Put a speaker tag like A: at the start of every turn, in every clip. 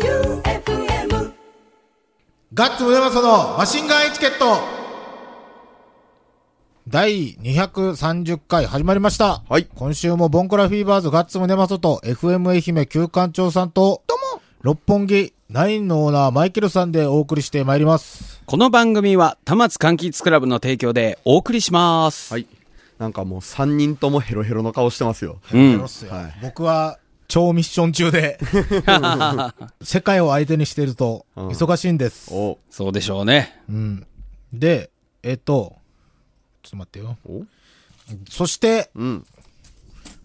A: J-O-E-U-F-M
B: ガッツムネマソのマシンガンエチケット第230回始まりました。
C: はい
B: 今週もボンクラフィーバーズガッツムネマソと FM 愛媛旧館長さんと、どうも六本木ナインのオーナーマイケルさんでお送りしてまいります。
D: この番組は、田松柑橘クラブの提供でお送りします。
C: はい。なんかもう3人ともヘロヘロの顔してますよ。
D: うん。
C: はい
B: 僕は超ミッション中で、 世界を相手にしてると
C: うん
B: 忙しいんです。
C: お
D: そうでしょうね。
B: うん、で、えっと、ちょっと待ってよ。
C: お
B: そして、
C: うん。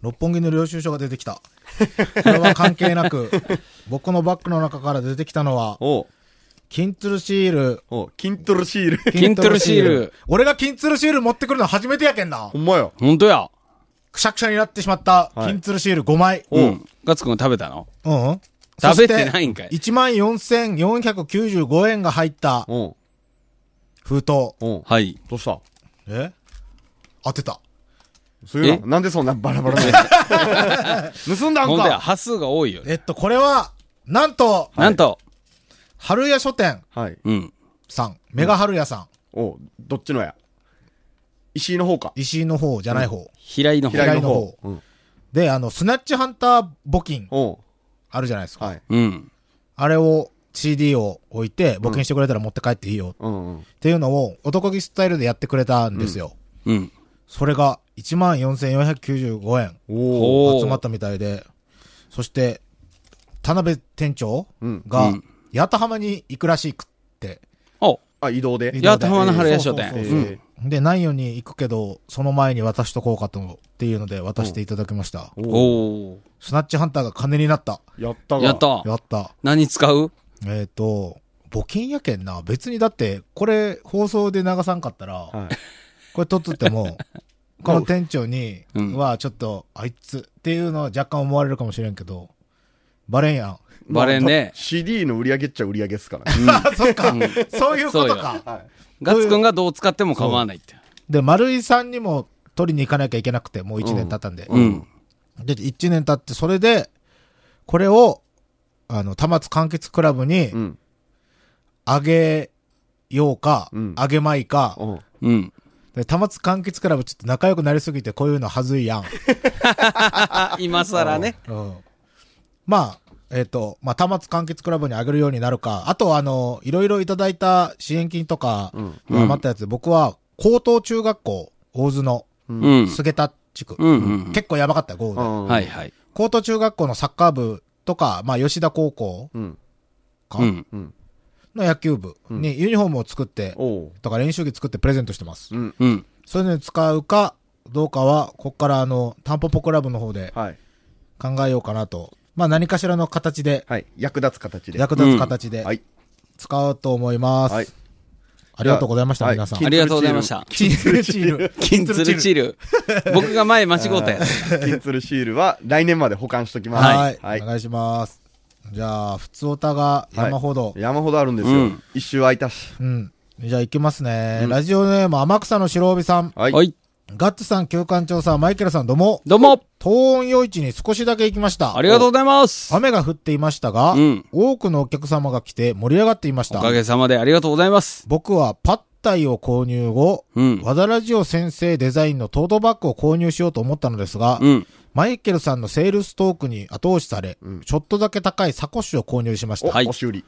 B: 六本木の領収書が出てきた。 これは関係なく、僕のバッグの中から出てきたのは、
C: お
B: 金鶴シール。
C: お筋トレシール。
D: 金鶴シール
B: 俺が金鶴シール持ってくるの初めてやけんな
C: ほ。んまや。
D: ほんとや。
B: くしゃくしゃになってしまった
C: はい
B: 金鶴シール5枚。
C: お
D: うん。ガッツくん食べたの
B: うんうん。
D: 食べてないんかい
B: ?14,495 円が入った
C: おう
B: 封筒。
C: おう
D: はい。
C: どうした
B: え当てた。
C: そういう
D: え
C: のなんでそんなバラバラな の盗んだん
D: ほんとや、
C: か
D: 端数が多いよね。
B: えっと、これは、なんと、
D: なんと、
B: 春屋書店
C: はい。
D: うん。
B: さん、メガ春屋さん、
C: おうどっちのや石井の方か。
B: 石井の方じゃない方。
D: 平井の方。
C: 平井の
B: 方
C: 方。うん。
B: で、あの、スナッチハンター募金
C: おう
B: あるじゃないですか。
C: はい。
D: うん。
B: あれを CD を置いて募金してくれたら持って帰っていいよ
C: うんうん。
B: っていうのを男気スタイルでやってくれたんですよ。
D: うん。
B: それが14,495円
C: おお
D: おー
B: 集まったみたいで、そして田辺店長
C: うん
B: が
D: うん
B: 八幡浜に行くらしくって。
D: お、
C: あ、移動で
B: 移動で
D: 八幡浜の春屋書
B: えー
D: 店
B: そうそう
C: え
B: そう
D: うん
C: ー
B: で、南予に行くけど、その前に渡しとこうかとっていうので渡していただきました。
C: おう
D: お
B: スナッチハンターが金になった。
C: やった
D: ー。
C: が
D: やっ。た。
B: やった。
D: 何使う
B: えっ、と、募金やけんな。別にだって、これ放送で流さんかったら、
C: はい。
B: これ撮っとって も、この店長に
D: うん
B: はちょっと、あいつっていうのは若干思われるかもしれんけど、バレん やん。
D: バレンね
C: CD の売り上げっちゃ売り上げっすからね。
B: あ、そっか。そういうこと
D: そう
B: か。
C: はい。
D: ガッツくんがどう使っても構わないって。
B: で、丸井さんにも取りに行かなきゃいけなくて、もう1年経ったんで。
D: うん。
B: で、1年経って、それで、これを、あの、田松柑橘クラブに
C: う、ん。
B: あげようか、あ、
C: うん
B: げまいか、
C: おう
D: うん。
B: で、たまつ柑橘クラブちょっと仲良くなりすぎてこういうのはず いやん。
D: あ、今更ね。
B: うん。まあ、えっ、と、まあ、たまつ柑橘クラブにあげるようになるか、あとはあの、いろいろいただいた支援金とか、
C: うん
B: まあ余ったやつで、僕は高等中学校、大津の
D: うん。
B: 菅田地区、
D: うんうん
B: 結構やばかったよ、豪雨で、
C: うん。
D: はい。はい。
B: 高等中学校のサッカー部とか、まあ、吉田高校
C: うん。
B: か、
D: うん。
C: うん。
B: の野球部にユニフォームを作って、
C: おう
B: とか練習着作ってプレゼントしてます。
C: うん。
D: うん。
B: そういうのに使うか、どうかは、こっからあの、タンポポクラブの方で、
C: はい。
B: 考えようかなと。まあ何かしらの形で、
C: はい。役立つ形で。
B: 役立つ形で
C: はい。
B: 使おうと思います。
C: はい
B: ありがとうございました、
C: はい
B: 皆さん。
D: ありがとうございました。
B: チールチ ール。
D: 金鶴チル。僕が前間違ったやつ。
C: 金鶴シールは来年まで保管しときます。
B: はい、
C: はい
B: お。願いします。じゃあ、普通おたが山ほど。
C: 山ほどあるんです
D: う
C: よ
D: ん。
C: 一周空いたし。
B: うん。じゃあ行きますね。ラジオネーム、天草の白帯さん。
C: はい。
D: はい。
B: ガッツさん、旧館長さん、マイケルさん、どうも。
D: どうも。
B: 東温夜市に少しだけ行きました。
D: ありがとう
B: う。
D: ございます。
B: 雨が降っていましたが、
D: うん
B: 多くのお客様が来て盛り上がっていまし
D: お
B: た。
D: かげさまでありがとうございます。
B: 僕はパッタイを購入後、
D: うん
B: 和田ラジオ先生デザインのトートバッグを購入しようと思ったのですが、
D: うん。
B: マイケルさんのセールストークに後押しされ、ちょっとだけ高いサコッシュを購入しまし
C: お、
B: た。
D: はい
C: 押し売り。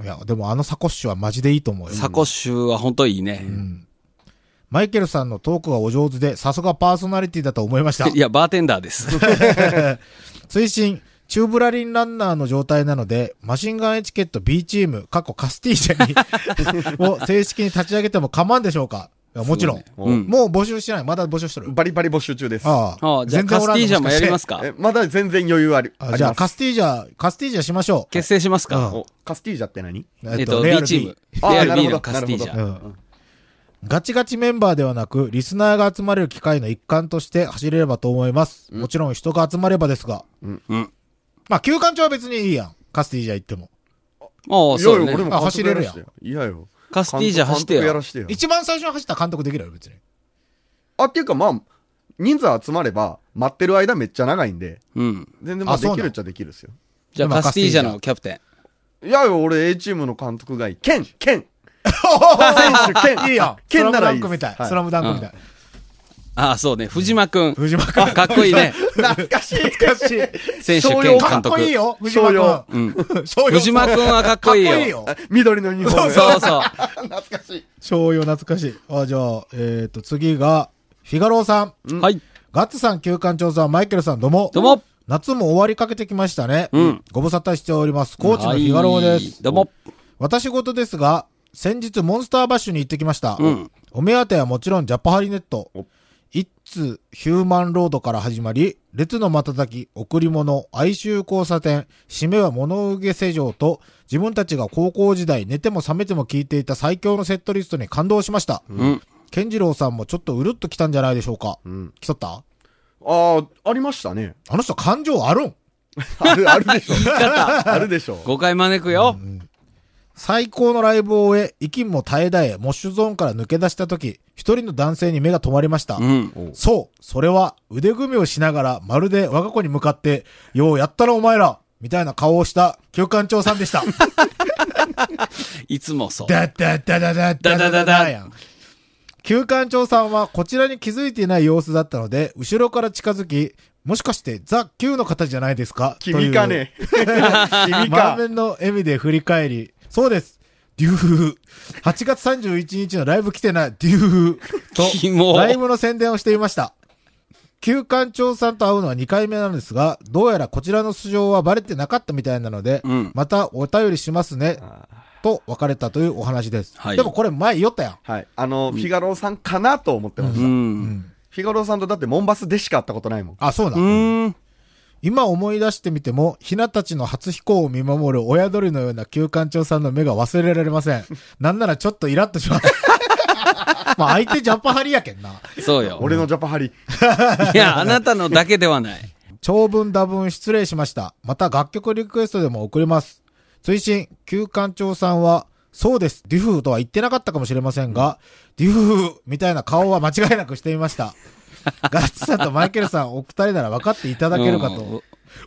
B: いや、でもあのサコッシュはマジでいいと思うよ。
D: サコッシュは本当いいね。
B: マイケルさんのトークがお上手で、さすがパーソナリティだと思いました
D: い。や、バーテンダーです。
B: 推進、チューブラリンランナーの状態なので、マシンガンエチケット B チーム、過去カスティージャ にを正式に立ち上げても構わんでしょうかいやもちろん、
D: うん
B: もう募集してない。まだ募集してる。
C: バリバリ募集中です。
B: ああ。
D: ああ、じゃあ
B: 全然
D: カ
B: お
D: ス
B: らんの
D: ティージャもやります
B: し
D: か
C: えまだ全然余裕あり。
B: かしてあじゃあ、カ
C: カス。
B: スティージャ、カスティージャしましょう。
D: 結成しますか
C: おカスティージャって何
D: えっと、B チーム。。
C: あー
D: レアル
C: なる
D: B
C: ほど
D: のカスティージ
C: な
B: う
D: ャ。
B: ん。ガチガチメンバーではなく、リスナーが集まれる機会の一環として走れればと思います。もちろん人が集まればですが。
D: うん。
B: まあ、休館長は別にいいやん。カスティージャ行っても。
D: ああ、
C: いや
D: そ
C: いうや、
D: ね
C: これ。も
B: あ走れるやん
C: 監督らしてよいやよ。
D: カスティージャ走ってよ
C: 監督やらしてよ。
B: 一番最初に走ったら監督できるよ、別 に。
C: あ、っていうかまあ、人数集まれば、待ってる間めっちゃ長いんで、
D: うん。
C: 全然ま
B: あ
C: あ
B: そう
C: で
B: なの
C: きるっちゃできるっすよ。
D: じゃあ
B: まあ
D: カスティージャ
B: カスティージ
D: のキャプテン。
C: いやよ、俺 A チームの監督がいい。ケンケン選手、ケ ン
B: いい やん。
C: ケンならい
B: スラムダン
C: い
B: クみ
C: です。
B: たい。
C: はい
B: スラムダンクみたい。
D: ああ、そうね。藤間くん。
B: 藤間君。
D: かっこいいね。
C: 懐かしい。
B: 懐 かしい。
D: 選手
C: 商
D: 兼
C: 用
B: か
D: 監
B: っこいい
D: 督。
B: よ、藤間
C: 商
B: 君。うん。
D: 藤間君はかっこいいよ
B: かっこいいよ。
C: 緑のユニフォーム。
D: そうそう。
C: 懐かしい。
B: 商用懐かしい。あ、じゃあ、えっと、次が、フィガローさん。
D: はい。
B: ガッツさん、旧館長さん、マイケルさん、どうも。
D: どうも。
B: 夏も終わりかけてきましたね。
D: うん
B: ご無沙汰しております。コーチのフィガローです。
D: はいどうも。
B: 私事ですが、先日モンスターバッシュに行ってきました。
D: うん
B: お目当てはもちろんジャパハリネット
C: お。
B: イッツ、ヒューマンロードから始まり、列の瞬き、贈り物、哀愁交差点、締めは物憂げ世情と、自分たちが高校時代寝ても覚めても聴いていた最強のセットリストに感動しました。
D: うん。
B: 健次郎さんもちょっとうるっときたんじゃないでしょうか。
C: ん
B: 来とった
C: ああ、ありましたね。
B: あの人感情あるん
C: ある、あるでしょ。
D: 方
C: あるでしょ。
D: 誤解招くよ。
B: 最高のライブを終え、息も絶え絶え、モッシュゾーンから抜け出した時、一人の男性に目が止まりました。
D: うん。
B: そう、それは腕組みをしながら、まるで我が子に向かって、ようやったらお前ら、みたいな顔をした、旧館長さんでした。
D: いつもそう。
B: だだだだだだだだだやん。旧館長さんはこちらに気づいていない様子だったので、後ろから近づき、もしかしてザ・旧の方じゃないですか
C: 君か。ね。
B: とい
C: 君
B: う満
C: か。
B: 面の笑みで振り返り、そうです。デューフー。8月31日のライブ来てない、デューフ
D: キ
B: ー。
D: モ
B: と、ライブの宣伝をしていました。旧館長さんと会うのは2回目なんですが、どうやらこちらの素性はバレてなかったみたいなので、
D: うん
B: またお便りしますね、と別れたというお話です。
D: はい
B: でもこれ前言おったやん。
C: はい。あの、フィガローさんかなと思ってまし
D: う
C: た。
D: ん。
C: フィガローさんとだってモンバスでしか会ったことないもん。
B: あ、そうだ。
D: うん。
B: 今思い出してみても、ひなたちの初飛行を見守る親鳥のような旧館長さんの目が忘れられません。なんならちょっとイラッとします。 まあ相手ジャパハリやけんな。
D: そうよ。
C: 俺のジャパハリ。
D: いや、あなたのだけではない。
B: 長文多文失礼しました。また楽曲リクエストでも送ります。追伸、旧館長さんは、そうです、デュフーとは言ってなかったかもしれませんが、デュフーみたいな顔は間違いなくしていました。 ガッツさんとマイケルさん、お二人なら分かっていただけるかと。
D: うん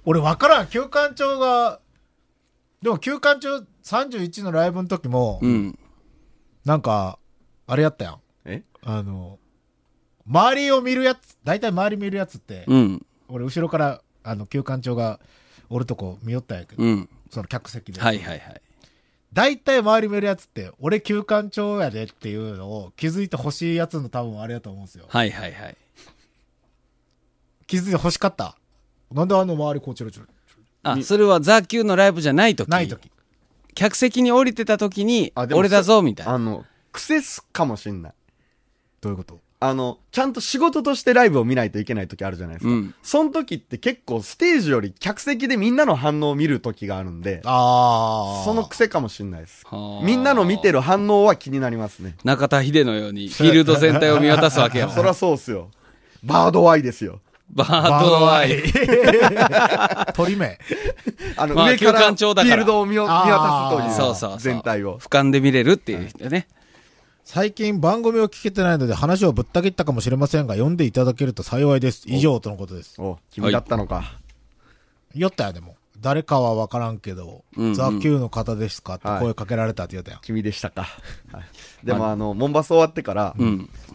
B: 俺分からん、休館長が、でも休館長31のライブの時も、
D: うん。
B: なんか、あれやったやん。
C: え
B: あの、周りを見るやつ、大体周り見るやつって、
D: うん。
B: 俺後ろから、あの、休館長が、おるとこ見よったんやけど、
D: うん。
B: その客席で。
D: はいはいはい。
B: 大体周り見るやつって、俺休館長やでっていうのを気づいてほしいやつの多分あれやと思うんですよ。
D: はいはいはい。
B: 気づいてほしかった。なんであの周りこうちょろちょろ。
D: あ、それはザ・キューのライブじゃないとき。
B: ない時。
D: 客席に降りてたときに
C: あ、でも
D: 俺だぞ、みたいな。
C: あの、癖っすかもしんない。
B: どういうこと
C: あの、ちゃんと仕事としてライブを見ないといけない時あるじゃないですか。
D: うん
C: その時って結構ステージより客席でみんなの反応を見る時があるんで、
B: ああ。
C: その癖かもしんないです
D: は。あ
C: みんなの見てる反応は気になりますね。
D: 中田秀のように、フィールド全体を見渡すわけよ。
C: そりゃそうっすよ。バードアイですよ。
D: バードアイ。
B: 鳥目。
C: あの、
D: まあ
C: 上から
D: 休
C: フ
D: 館長だ
C: ィ
D: から
C: ールドを見よ見渡すという。
D: そうそうそう。
C: 全体を。
D: 俯瞰で見れるっていう人ね。
B: 最近番組を聞けてないので話をぶった切ったかもしれませんが、読んでいただけると幸いです。以上とのことです。
C: お、君だったのか。
B: 酔ったよ、でも。誰かはわからんけど、
D: うんうん
B: ザ・キューの方ですかって声かけられたって言ったやん。
C: 君でしたか。はいでも、あの、モンバス終わってから、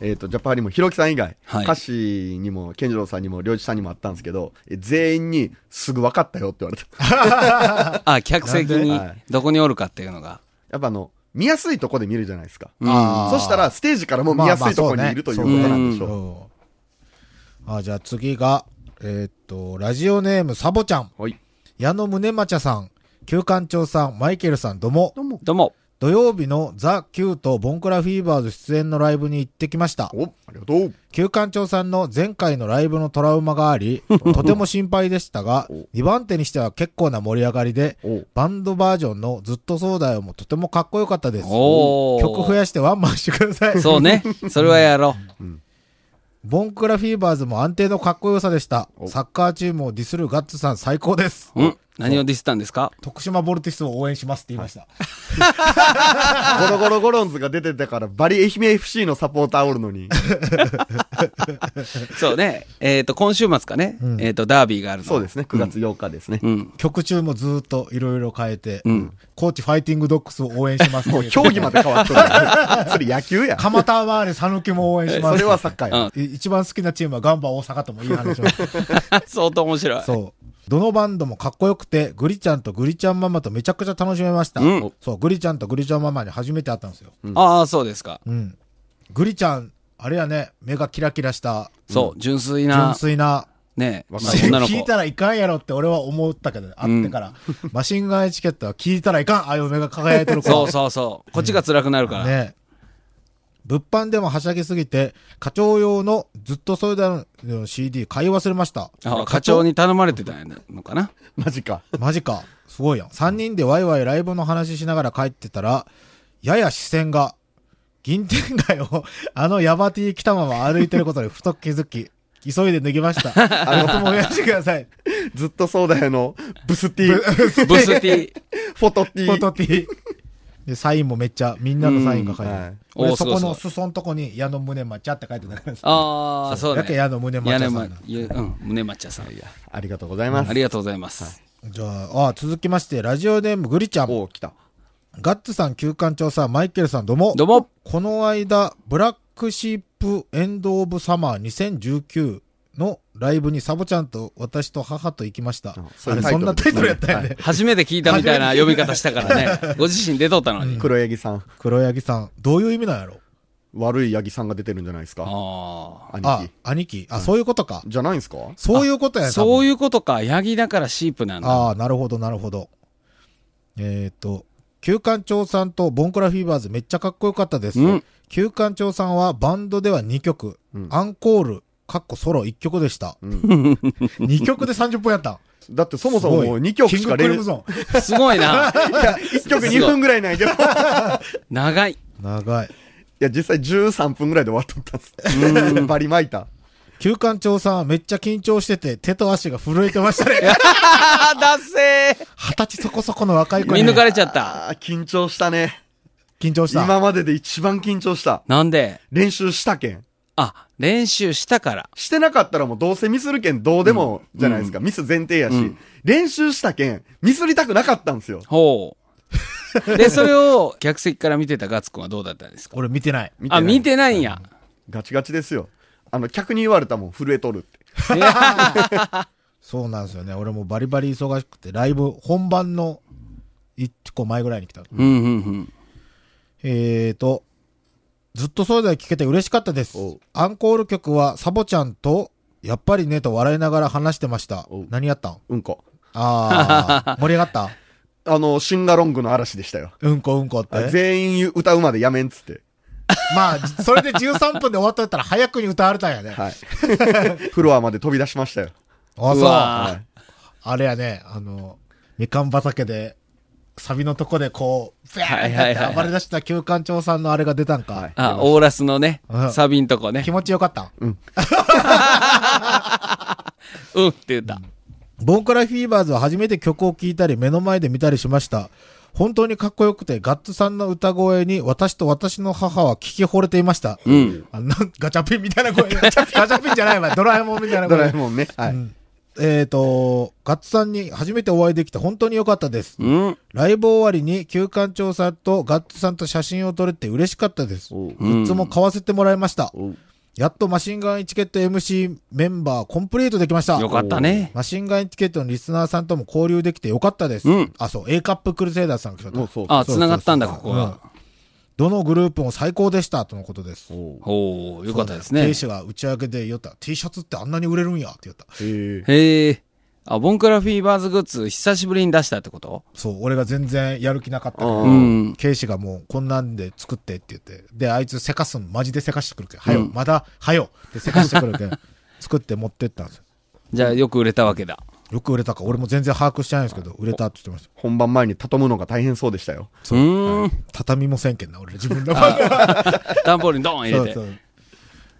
C: えっと、ジャパンにも、ひろきさん以外、
D: はい
C: 歌詞にも、健次郎さんにも、りょうじさんにもあったんですけど、え全員に、すぐ分かったよって言われた。
D: あ、客席に
C: なんではい
D: どこにおるかっていうのが。
C: やっぱあの、見やすいとこで見るじゃないですか。
B: あー
C: そしたら、ステージからも見やすいと
B: まあまあそ
C: こ
B: う
C: に
B: ね
C: いるということなんでしょう。
B: うんあ、じゃあ次が、えーっと、ラジオネームサボちゃん、
C: はい。
B: 矢野宗町さん、旧館長さん、マイケルさん、どうも。
D: どうも。
B: 土曜日のザ・キューとボンクラフィーバーズ出演のライブに行ってきました。
C: お、ありがとう。
B: 旧館長さんの前回のライブのトラウマがあり、とても心配でした が、2番手にしては結構な盛り上がりで
C: お、
B: バンドバージョンのずっとそうだよもとてもかっこよかったです。
D: おー
B: 曲増やしてワンマンしてください。
D: そうね。それはやろ
B: ボンクラフィーバーズも安定のかっこよさでした。
C: お
B: サッカーチームをディスるガッツさん最高です。
D: う。うん。何をディスったんですか
B: 徳島ボルティスを応援しますって言いました。
C: ゴロゴロゴロンズが出てたから、バリ愛媛 FC のサポーターおるのに。
D: そうね。えっ、と、今週末かね。
B: ん
D: えっ、と、ダービーがあるの。
C: そうですね、9月8日ですね。
D: うん。
B: 曲中もずーっといろいろ変えて、
D: ん
B: コーチファイティングドッグスを応援しますって
C: も
B: 言って
C: う競技まで変わっとる。 それ野球や。
B: 蒲田ワーレ讃岐も応援します。
C: それはサッカーや。
B: い一番好きなチームはガンバ大阪ともいい話を。
D: 相当面白い。
B: そう。どのバンドもかっこよくて、グリちゃんとグリちゃんママとめちゃくちゃ楽しめました。
D: うん
B: そう、グリちゃんとグリちゃんママに初めて会ったんですよ。
D: ああ、そうですか。
B: うん。グリちゃん、あれやね、目がキラキラした、
D: そう、純粋
B: 純
D: な、
B: 粋な、
D: ね、まあ
C: 若い
D: 女の子
B: 聞い。たらいかんやろって俺は思ったけど、会ってから。マシンガンエチケットは聞いたらいかん、ああいう目が輝いてる子。
D: そうそうそう。こっちが辛くなるから。
B: ね物販でもはしゃぎすぎて、課長用のずっとそれだの CD 買い忘れました。
D: あ課長に頼まれてたのかな。
C: マジか。
B: マジか。すごいやん。3人でワイワイライブの話しながら帰ってたら、やや視線が、銀天街をあのヤバティ来たまま歩いてることにふと気づき、急いで脱ぎました。あの、もおやしてくだ さい。
C: ずっとそうだよの、ブステ ィー、
D: ブスティ。
C: フォトティ
B: フォ
C: ー。
B: トティで、サインもめっちゃ、みんなのサインが書いて
C: うんは
B: あ
C: い
B: る。俺
D: おーす
B: そ
D: ごい
B: この裾のとこに、矢野胸抹茶って書いてたからさ
D: ああ、そう
B: やけ矢
D: ね。
B: 野胸抹
D: 屋
B: 茶さ
D: 根
B: ん
D: ま
B: な、
D: ゆうん、胸抹茶さん。あ
C: ありがとうございます。
D: りがとうございます。
B: じゃあ、あ続きまして、ラジオネームグリちゃん。
C: おお、来た。
B: ガッツさん、旧館長さん、マイケルさん、どうも。
D: どうも。
B: この間、ブラックシープエンドオブサマー2019のライブにサボちゃんと私と母と行きました。
C: うん
B: あれ、そんなタイトルやったよね。
D: 初めて聞いたみたいな呼び方したからね。ご自身出とったのに。
C: 黒柳さん、
B: 黒柳さん、どういう意味なんやろ
C: 悪い八木さんが出てるんじゃないですか。
D: あ
B: あ
C: 兄貴。、
B: 兄貴。あ、そういうことか。
C: じゃないんすか
B: そういうことや
D: あ。
B: ね。
D: そう
B: いう。
D: いうことか。ヤギだからシープなんだ。
B: ああ、なるほど、なるほど。えっ、ー、と、旧館長さんとボンクラフィーバーズめっちゃかっこよかったです。
D: うん
B: 旧館長さんはバンドでは2曲、
C: うん
B: アンコール、かっこソロ1曲でした。2曲 で30分やったん。
C: だってそもそも
B: す
C: も
B: ご
C: う
B: い
C: 2曲し
B: キング
C: か
B: ク
C: 練
B: リムゾン。
D: すごいな。
C: 1曲2分ぐらいないけ ど。い
D: 長い。
B: 長い。
C: や、実際13分ぐらいで終わっとったんです。バリ巻いた。
B: 旧館長さんはめっちゃ緊張してて、手と足が震えてました ね。
D: ああ、だっせー
B: 二十歳そこそこの若い子
D: 見
B: に
D: 抜かれちゃった。
C: あー緊張したね。
B: 緊張した。
C: 今までで一番緊張した。
D: なんで
C: 練習したけん。
D: あ、練習したから。
C: してなかったらもうどうせミスるけんどうでもじゃないですか。ミス前提やし、
D: うん
C: 練習したけん、ミスりたくなかったんですよ。
D: ほ う。で、それを客席から見てたガッツくんはどうだったんですか
B: 俺見てない。
C: 見てない
D: あ、見てないんや。
C: ガチガチですよ。あの、客に言われたもん、震えとるって。
B: そうなんですよね。俺もバリバリ忙しくて、ライブ本番の一個前ぐらいに来た。
D: うんうんうん。
B: えーと、ずっとそうだよ聞けて嬉しかったです
C: おう。
B: アンコール曲はサボちゃんと、やっぱりねと笑いながら話してました
C: おう。
B: 何やったん
C: うんこ。
B: あー、盛り上がった
C: あの、シンガロングの嵐でしたよ。
B: うんこうんこって。
C: 全員歌うまでやめんっつって。
B: まあ、それで13分で終わっとったら早くに歌われたんやね。
C: はい。 フロアまで飛び出しましたよ。
B: あ、
D: う
B: そう。
D: わー
C: はい。
B: あれやね、あの、みかん畑で、サビのとこでこう、ビャ
D: はいはい
B: ー
D: は
B: っ
D: い
B: て暴れ出した旧館長さんのあれが出たんか。
C: はい
D: あ、オーラスのね
B: う、ん
D: サビんとこね
B: 気。持ちよかったん。
D: うんって言った。
B: ボンクラフィーバーズは初めて曲を聴いたり目の前で見たりしました。本当にかっこよくて、ガッツさんの歌声に私と私の母は聞き惚れていました。
D: うん。
B: あなんガチャピンみたいな声。ガチャピンじゃないわ。ドラえもんみたいな
C: ドラえ
B: 声。
C: もんね。はい。
B: えっ、と、ガッツさんに初めてお会いできて本当に良かったです。
D: うん。
B: ライブ終わりに旧館長さんとガッツさんと写真を撮れて嬉しかったです。
C: お
B: グ
C: う
B: ッズも買わせてもらいました。
C: おう
B: やっとマシンガンエチケット MC メンバーコンプリートできました。
D: よかったね。
B: マシンガンエチケットのリスナーさんとも交流できてよかったです。
D: うん
B: あ、そう、A カップクルセイダーさん来た
C: おうそう。
D: あ、
B: そうそうそう
D: 繋がったんだ、ここは。
B: どのグループも最高でした、とのことです。
C: おう
D: ほう、よかったです
B: 兵
D: ね。
B: 士が打ち上げで言った、T シャツってあんなに売れるんや、って言った。
C: へえ。
D: へえ。あ、ボンクラフィーバーズグッズ久しぶりに出したってこと
B: そう、俺が全然やる気なかったから
C: う。
D: うんん。
B: ケイシがもうこんなんで作ってって言って。で、あいつせかすん、マジでせかしてくるけん。はよ、まだ、はよでせかしてくるけん。 作って持ってったんですよ。
D: じゃあよく売れたわけだ。
B: よく売れたか。俺も全然把握してないんですけど、売れたって言ってました。
C: 本番前に畳むのが大変そうでしたよ。
D: うーん。
B: 畳もせんけんな、俺。自分の番組
D: 段ボールにドーン入
B: そ
D: れ
B: うそ
D: て。
B: う。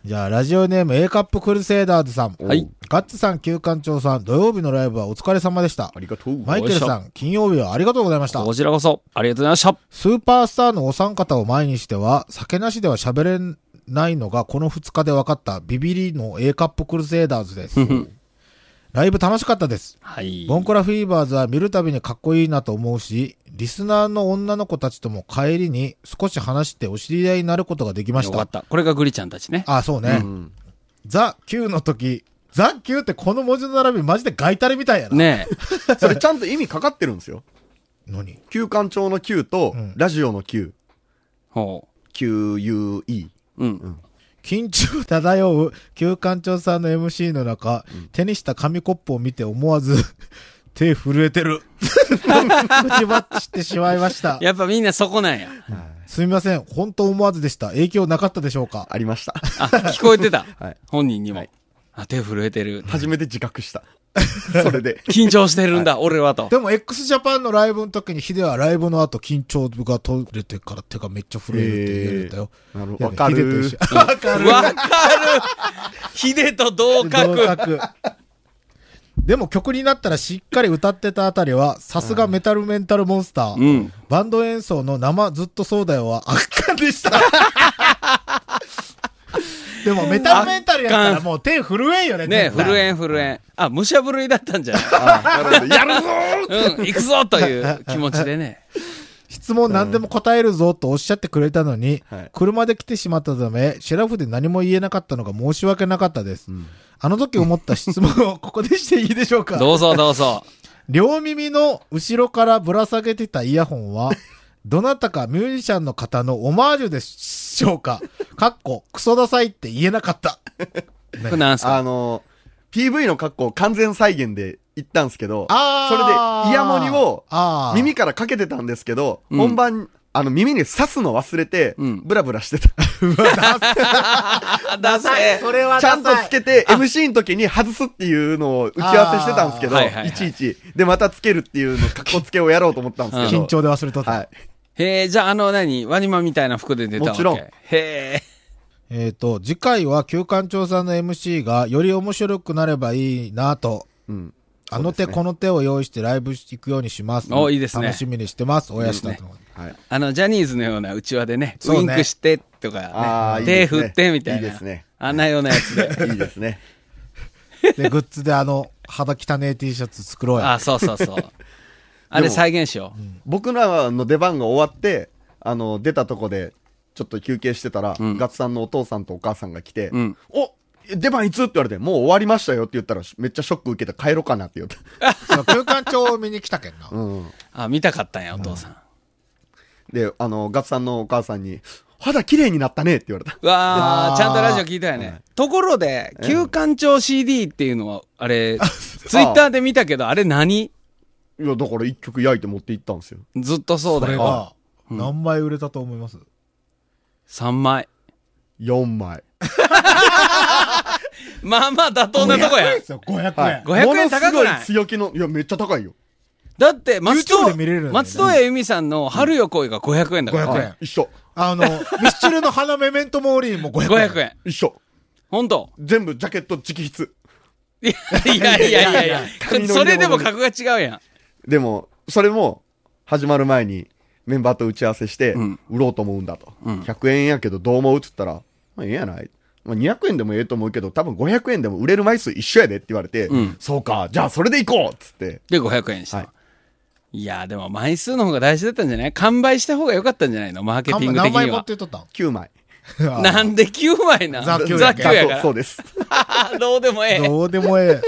B: じゃあ、ラジオネーム A カップクルセイダーズさん。
D: はい
B: ガッツさん、旧館長さん、土曜日のライブはお疲れ様でした
C: あ。りがとう。
B: マイケルさん、金曜日はありがとうございました。
D: こちらこそ、ありがとうございました。
B: スーパースターのお三方を前にしては、酒なしでは喋れないのがこの2日で分かったビビリの A カップクルセイダーズです。ライブ楽しかったです。
D: はい。
B: ボンコラフィーバーズは見るたびにかっこいいなと思うし、リスナーの女の子たちとも帰りに少し話してお知り合いになることができまし
D: よか
B: た
D: っ。た。これがグリちゃんたちね。
B: あ、そうね。
C: ん
B: ザ・ Q の時、ザ・ Q ってこの文字の並びマジでガイタレみたいやな。
D: ね
C: それちゃんと意味かかってるんですよ。
B: 何
C: 旧館長の旧と、
B: ん
C: ラジオの旧、
D: え。 ほ
C: QUE。
D: う。うん。
B: 緊張漂う旧館長さんの MC の中、手にした紙コップを見て思わず、手震えてる。口ばっちってしまいました。
D: やっぱみんなそこなんや。
B: すみません。本当思わずでした。影響なかったでしょうか
C: あり ました。
D: あ、聞こえてた。
C: はい
D: 本人にも、
C: はい
D: あ、手震えてる。
C: 初めて自覚した。それで。
D: 緊張してるんだ、俺はと。
B: でも x ジャパンのライブの時にヒデはライブの後緊張が取れてから手がめっちゃ震えるって言えたよ。
C: えーなるほ
B: いや
C: どわか
B: ヒ
C: る
B: デと一緒 わかる。
D: わかるヒデと同
B: 同
D: 格
B: 格でも曲になったらしっかり歌ってたあたりは、さすがメタルメンタルモンスター。
D: うん。
B: バンド演奏の生ずっとそうだよは圧巻で した。でもメタルメンタルやったらもう手震えんよね。
D: ねえ、
B: 絶対
D: 震えん震えん。あ、武者震いだったんじゃない
C: あなるほどやるぞ
D: うん、行くぞという気持ち でね。
B: 質問何でも答えるぞとおっしゃってくれたのに、
C: はい
B: 車で来てしまったため、シェラフで何も言えなかったのが申し訳なかったです。あの時思った質問をここでしていいでしょうか
D: どうぞど うぞ。
B: 両耳の後ろからぶら下げてたイヤホン は、どなたかミュージシャンの方のオマージュでしょうかかっこ、クソダサいって言えなかった。
D: これなんすか
C: あの、PV の格好を完全再現で行ったんですけど、それ
B: あー
C: で、イヤモニを
B: あー
C: 耳からかけてたんですけど、
D: うん
C: 本番、あの、耳に刺すの忘れて、
D: うん
C: ブラブラしてた。
D: あ、ダサい
B: それは
C: ちゃんとつけて、MC の時に外すっていうのを打ち合わせしてたんですけど、
D: あーはいいはいはい
C: ちいち。で、またつけるっていうの、格好つけをやろうと思ったんですけ ど。
B: 緊張で忘れとった。
C: はい。
D: へえ、じゃああの何ワニマみたいな服で出たわけ
C: もちろん
D: へえ。
B: えっ、と、次回は旧館長さんの MC がより面白くなればいいなと、
C: うん。
B: あの手この手を用意してライブ行くようにします。
D: おいいですね
B: 楽しみにしてます。おやしたと。
C: はい。
D: あの、ジャニーズのようなうちわでね、
B: そうね
D: ウインクしてと
C: あ
D: か、
C: ー
D: ね、
C: いいで
D: 手
C: すね
D: 振ってみたいな。
C: いいですね
D: あんなようなや つで。
C: いいですね。
B: で、グッズであの、肌汚ねえ T シャツ作ろうや。
D: あ、そうそうそう。あれ再現しよう。
C: 僕らの出番が終わって、あの、出たとこで、ちょっと休憩してたら、ガッツさんのお父さんとお母さんが来て、
D: ん
C: お出番いつって言われて、もう終わりましたよって言ったら、めっちゃショック受けて帰ろうかなって言った。
B: そう旧館長を見に来たけんな。
C: うん。
D: あ、見たかったんや、お父さん。
C: で、あの、ガッツさんのお母さんに、肌綺麗になったねって言われた。
D: うわ
B: あー
D: ー、ちゃんとラジオ聞いたよね。ところで、旧館長 CD っていうのは、あれ、ツイッターで見たけど、あれ何
C: いや、だから一曲焼いて持って行ったんですよ。
D: ずっとそう
B: こ
D: だ
B: れ
D: よ。
B: が、何枚売れたと思います、
D: 3枚。
C: 4枚。
D: まあまあ妥当なとこや。
B: そう ?500 円。
D: 500円高
C: も
D: く
C: のす
D: な
C: ごい
D: い
C: 強気の、いや、めっちゃ高いよ。
D: だって、松
B: YouTube
D: 戸
B: で見れるんだよね
D: 松任谷由実さんの春よ恋が500円だから。
B: 500円
C: はい一緒。
B: あの、ミスチルの花メメントモーリーも500円。
D: 500円。
C: 一緒。
D: ほんと。
C: 全部ジャケット直筆。
D: いやいやい やいやいや
C: 髪の色も
D: それでも格が違うやん。
C: でも、それも、始まる前に、メンバーと打ち合わせして、
D: ん
C: 売ろうと思うんだと。
D: ん
C: 100円やけどどう思うって言ったら、まあ、ええやない。まあ、200円でもええと思うけど、多分500円でも売れる枚数一緒やでって言われて、
D: うん
C: そうか、じゃあそれで行こうっつって。
D: で、500円した。
C: はい
D: い、や、でも枚数の方が大事だったんじゃない完売した方が良かったんじゃないのマーケティング
B: 何
D: 的
B: 枚
D: に
B: 持っ
D: は。
B: てとったん
C: 9枚。
D: なんで9枚な
B: ザ
D: 九
B: 9やけん
D: やか
C: あ
D: ら。
C: そうそうです。
D: どうでもええ。
B: どうでもえ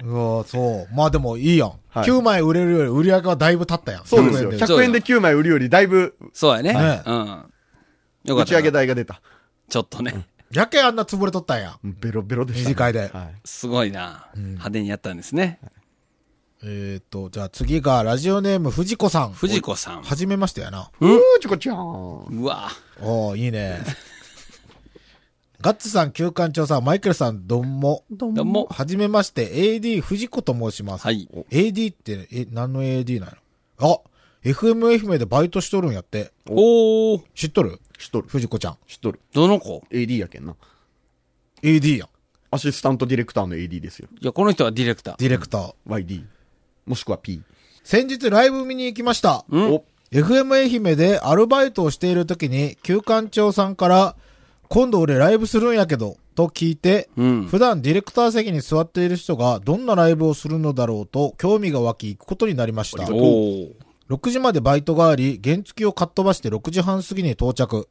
B: え。うわそう。まあでもいいやん。
C: はい
B: 9枚売れるより売り上げはだいぶ経ったやん。
C: そうですよ。
B: 100円
C: 100円で9枚売るよりだいぶ
D: そうやね。
B: ね
D: うん。よか
C: 打
D: っ
C: ち上げ
D: た。
C: 代が出た。
D: ちょっとね。
B: やけんあんな潰れとったんや。
C: ベロベロでした、
B: 短いで
C: はい。
D: すごいな。派手にやったんですね。
B: えっ、と、じゃあ次がラジオネーム藤子さん。
D: 藤子さん。
B: はじめましてやな。
C: うーちょこちゃん。
D: うわ
B: おおいいね。ガッツさん、旧館長さん、マイケルさん、どうも。どう
D: もどうも
B: はじめまして、AD 藤子と申します。
D: はい。
B: AD って、え、何の AD なのあ FMF でバイトしとるんやって。
D: おー。
B: 知っとる
C: 知っとる。
B: 藤子ちゃん。
C: 知っとる。
D: どの子
C: AD やけんな。
B: AD やん。
C: アシスタントディレクターの AD ですよ。
D: いや、この人はディレクター。
B: ディレクター。
C: YD。もしくは P。
B: 先日ライブ見に行きました。
D: ん
C: お
B: FM 愛媛でアルバイトをしている時に、旧館長さんから、今度俺ライブするんやけど、と聞いて、
D: うん
B: 普段ディレクター席に座っている人がどんなライブをするのだろうと興味が湧き行くことになりました。
D: おー。
B: 6時までバイトがあり、原付をかっ飛ばして6時半過ぎに到着。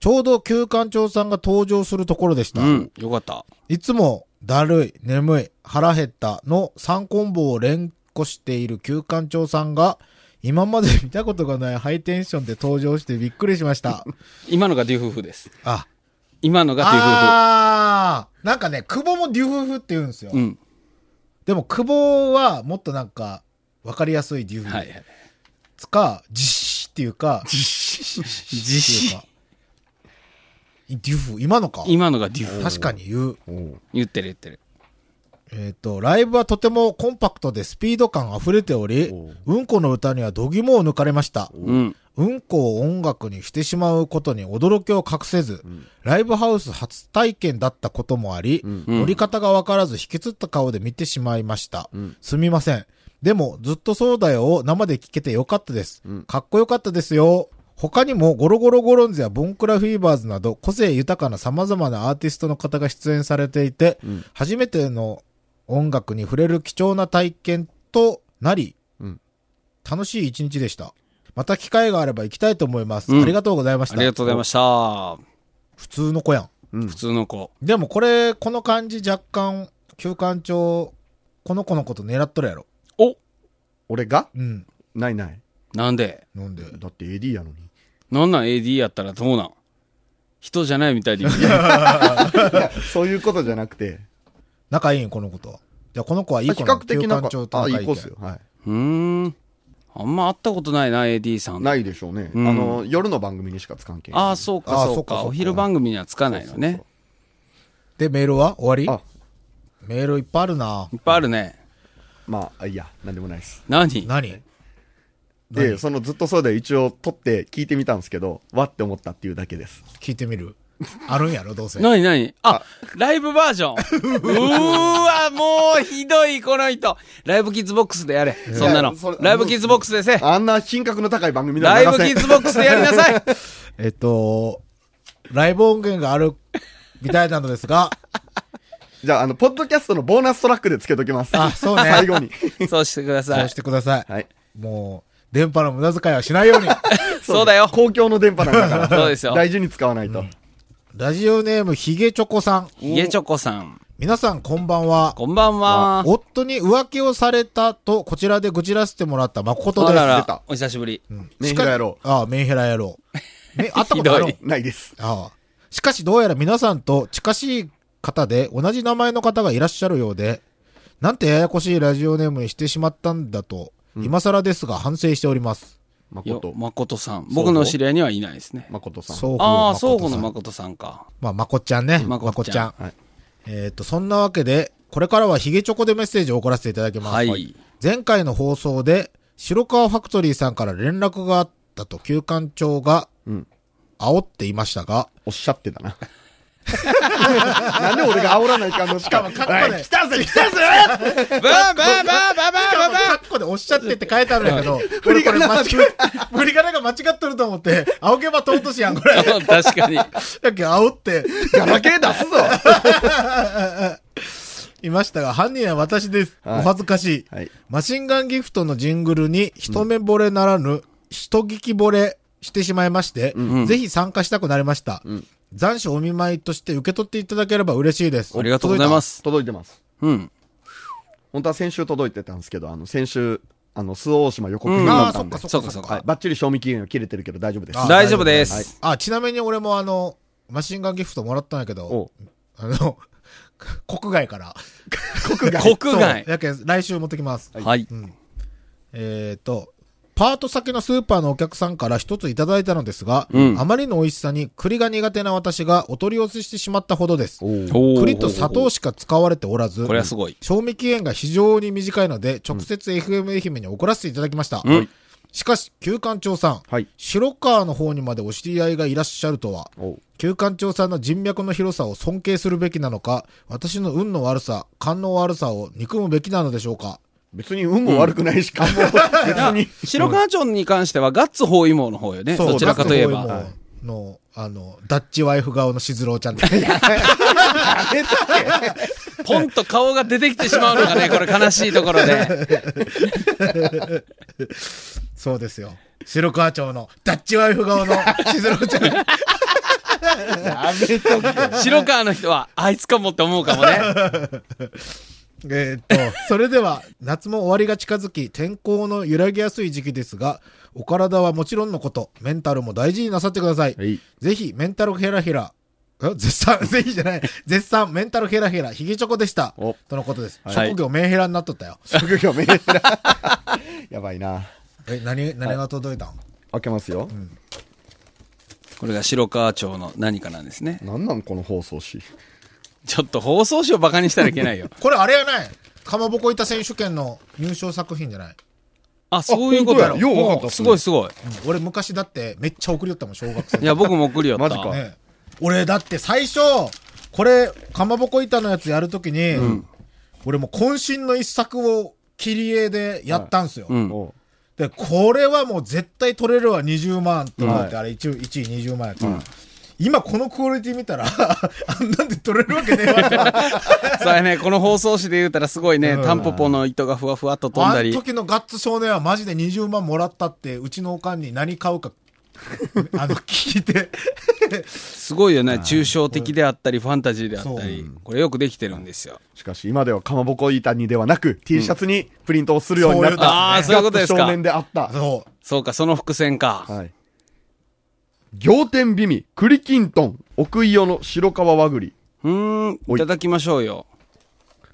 B: ちょうど旧館長さんが登場するところでした。
D: うん。よかった。
B: いつも、だるい、眠い、腹減ったの3コンボを連呼している旧館長さんが、今まで見たことがないハイテンションで登場してびっくりしました。
D: 今のがデュフフです。
B: あ、
D: 今のがデュ
B: あー、なんかね、久保もデュフフって言うんですよ。
D: フフ。うん。
B: でも久保はもっとなんか、わかりやすいデュフ
D: はい
B: フ
D: はい。
B: つか、実施っていうか、
D: 実
B: っていうかデュフ、今のか。
D: 今のがデュフフ。
B: 確かに言う。
D: 言ってる言ってる。
B: えっ、と、ライブはとてもコンパクトでスピード感溢れており、うんこの歌には度肝を抜かれました。
D: うん。
B: うんこを音楽にしてしまうことに驚きを隠せず、ライブハウス初体験だったこともあり、乗り方がわからず引きつった顔で見てしまいました。すみません。でも、ずっとそうだよを生で聞けてよかったです。かっこよかったですよ。他にも、ゴロゴロゴロンズやボンクラフィーバーズなど、個性豊かな様々なアーティストの方が出演されていて、初めての音楽に触れる貴重な体験となり、楽しい一日でした。また機会があれば行きたいと思います。
D: うん
B: ありがとうございまし
D: あ
B: た。
D: りがとうございま
B: し
D: し
B: た。
D: た。
B: 普通の子やん。
D: 普通の子。
B: でもこれ、この感じ若干、休館長、この子のこと狙っとるやろ。
D: お
C: 俺が
B: うん。
C: ないない。
D: なんで
B: なんで。
C: だって AD やのに。
D: なんなん AD やったらどうなん人じゃないみたいでいいね。
C: そういうことじゃなくて、
B: 仲いいん、この子とは。じゃあこの子はいい
C: 比
B: 子な
C: 較
B: の
C: 的な
B: 旧館
C: ん
B: 長
C: か、
B: と
C: あ、い
B: 仲い
C: い
B: い
C: 子
B: け
C: っ
B: ん
C: すよ。は
D: うーん。あんま会ったことないな、AD さ
C: い。
D: ん。
C: ないでしょうね。あ
D: うん
C: の、夜の番組にしか使わんけん。
D: ああ、そうか、
B: あー
D: そ
B: そううか
D: か。
B: そうか
D: お昼番組にはつかないのね。
B: で、メールは終わ
C: あ、
B: りメールいっぱいあるない
D: っぱいあるね。
C: まあ、いいや、なんでもないです。
D: 何
B: 何
C: で、そのずっとそうだよ一応撮って聞いてみたんですけど、わって思ったっていうだけです。
B: 聞いてみるあるんやろ、どうせ。
D: 何何あ、ライブバージョン。うーわ、もうひどい、この人。ライブキッズボックスでやれ。そんないの
C: やそれ。
D: ライブキッズボックスでせ。
C: あんな品格の高い番組な
D: ラ
C: ら
D: イ
C: 流
D: ブ
C: せん
D: キッズボックスでやりなさい。
B: えっと、ライブ音源があるみたいなのです が、
C: じゃあ、あの、ポッドキャストのボーナストラックでつけときます。
B: あそうね
C: 最後に。
D: そうしてくださ
B: そう
D: い
B: し。てください。
C: はい。
B: もう、電波の無駄遣いはしない ように。
D: そうだよ。
C: 公共の電波なんだから。
D: そうですよ
C: 大事に使わないと。
B: ラジオネームひげちょこさん。
D: ひげちょこさん。
B: 皆さんこんばんは。
D: こんばんは。
B: 夫に浮気をされたと、こちらで愚痴らせてもらった誠で
D: あ
B: す。
D: ら
C: 出
D: ら
C: た、
D: お久しぶり。
C: メンヘラ野郎。
B: ああ、メンヘラ野 郎。ね、会ったことある
D: ひど
C: ないです。
B: ああ。しかしどうやら皆さんと近しい方で同じ名前の方がいらっしゃるようで、なんてややこしいラジオネームにしてしまったんだと、今更ですが反省しております。
D: よ
C: 誠、。
D: 誠さん。
C: そう
D: 僕の知り合いにはいないですね。
C: 誠さん。
B: 双
D: ああ、双方の
B: ま。
D: 誠さんか。
B: まあ、まこっちゃんね。ま
D: まこっちゃん
B: こっちゃん。
C: はい
B: えっ、と、そんなわけで、これからはヒゲチョコでメッセージを送らせていただきます。
D: はい。
B: 前回の放送で、白川ファクトリーさんから連絡があったと旧館長が
C: うん、
B: 煽っていましたが、
C: おっしゃってたな。なんで俺が煽らないかんのしかも、
B: カッコで
C: おい来たぜ、来たぜ
D: バーバーバーバーバーバーバ
B: カッコでおっしゃってって書いてあるんだけど、こ
C: 振り
B: れこ
C: 仮
B: れ
C: 名
B: 間違 え、振り仮名が間違っとると思って、仰げば尊しやん、 これ。
D: ー確かに。
B: だっけ煽って
C: ガラケー出すぞ
B: いましたが、犯人は私です。お恥ずかしい。
C: はい。
B: マシンガンギフトのジングルに一目惚れならぬ、一聞き惚れしてしまいまして、ぜひ参加したくなりました。残暑お見舞いとして受け取っていただければ嬉しいです。。
D: ありがとうございますす。
C: 届いてます。
D: うん。
C: 本当は先週届いてたんですけど、あの、先週、あの、周防大島予告
D: う
C: 編
D: ん
C: だったんで。
D: そうかそう
C: はい
D: か。。
C: ばっちり賞味期限が切れてるけど大丈夫です。
B: あ
D: 大丈夫で
C: はい
D: す。
B: あ、ちなみに俺もあの、マシンガンギフトもらったんやけど
C: お、
B: あの、 国外から。
C: 国外。
D: 国外
B: そう。やけん来週持ってきます。
D: はい。
B: えっ、と、パート先のスーパーのお客さんから一ついただいたのですが、
D: うん
B: あまりの美味しさに栗が苦手な私がお取り寄せしてしまったほどです。
C: お
D: おー
B: 栗と砂糖しか使われておらず
D: こ、れはすごい。
B: 賞味期限が非常に短いので、直接 FM 愛媛に送らせていただきました。
D: うん
B: しかし、旧館長さん、
C: はい。
B: 白川の方にまでお知り合いがいらっしゃるとは、
C: おう
B: 旧館長さんの人脈の広さを尊敬するべきなのか、私の運の悪さ、勘の悪さを憎むべきなのでしょうか。
C: 別に運も悪くないし、感も別に。
D: 白川町に関してはガッツ包囲網の方よね。
B: そう
D: どちらかといえば。
B: ガッツ包囲網の、あの、ダッチワイフ顔のしずろうちゃん です。
D: ポンと顔が出てきてしまうのがね、これ悲しいところで。
B: そうですよ。白川町のダッチワイフ顔のしずろうちゃん。
C: やめとけ。
D: 白川の人は、あいつかもって思うかもね。
B: えーっと、それでは、夏も終わりが近づき、天候の揺らぎやすい時期ですが、お体はもちろんのこと、メンタルも大事になさってください。
C: はい。
B: ぜひ、メンタルヘラヘラ、え絶賛、 ぜひじゃない、絶賛、メンタルヘラヘラ、ヒゲチョコでした
C: お。
B: とのことです。
D: はい
B: 職業、メンヘラになっとったよ。
C: 職業メールだ。 やばいな。
B: え、何、何が届いたん
C: 開けますよ。
D: これが白川町の何かなんですね。
C: なんなんこの放送紙。
D: ちょっと放送紙をバカにしたらいけないよ。
B: これ、あれやないかまぼこいた選手権の入賞作品じゃない、
D: あ、そういうことやろ。
C: 本当やようわかったっすね
D: おすご
B: う
D: いすごい。
B: ん俺、昔だって、めっちゃ送りよったもん、小学生の時
D: いや、僕も送りよった。
C: マジか
B: ね、俺だって最初これかまぼこ板のやつやるときに、俺もう渾身の一作を切り絵でやったんすよ、
D: うん。
C: おう
B: でこれはもう絶対取れるわ20万って思って、
C: は
B: あ
C: い
B: れ 1, 一位20万やから、今このクオリティ見たら あんなんで取れるわけねえわ
D: そうやね、この放送紙で言うたらすごいね、
B: うん
D: タンポポの糸がふわふわっと 飛ん
B: あ
D: だ
B: の
D: り。
B: 時のガッツ少年はマジで20万もらったってうちのおかんに何買う かあの聞いて
D: すごいよね、抽象的であったり、ファンタジーであった
B: そ
D: り。これよくできてるんですよ。
C: しかし今ではかまぼこ板にではなく、T シャツにプリントをするようになった。
D: ああー、そういうことです
C: 少
D: か
C: 年。であった。
B: そう
D: そうか、その伏線か。
C: はい。仰天美味、栗きんとん、奥伊予の白川和栗。
D: うーん、いただきましょうよ。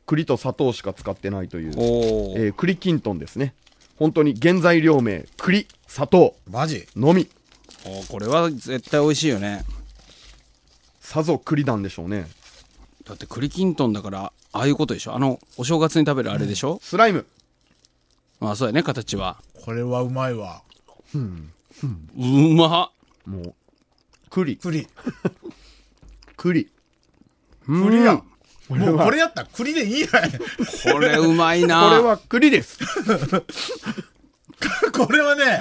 C: 栗と砂糖しか使ってないという、
D: おー。
C: えー、栗きんとんですね。本当に原材料名、栗、砂糖、
B: マジ
C: のみ。
D: おーこれは絶対美味しいよね。
C: さぞ栗なんでしょうね。
D: だって栗きんとんだから、ああいうことでしょあの、お正月に食べるあれでしょ、
C: スライム。
D: まあそうやね、形は。
B: これはうまいわ
D: うまっ
C: もう、栗、
B: 栗
C: 栗。
B: 栗やもうこれやったら栗でいいやん
D: これうまい
C: これ
D: な
C: は栗です。
B: これはね、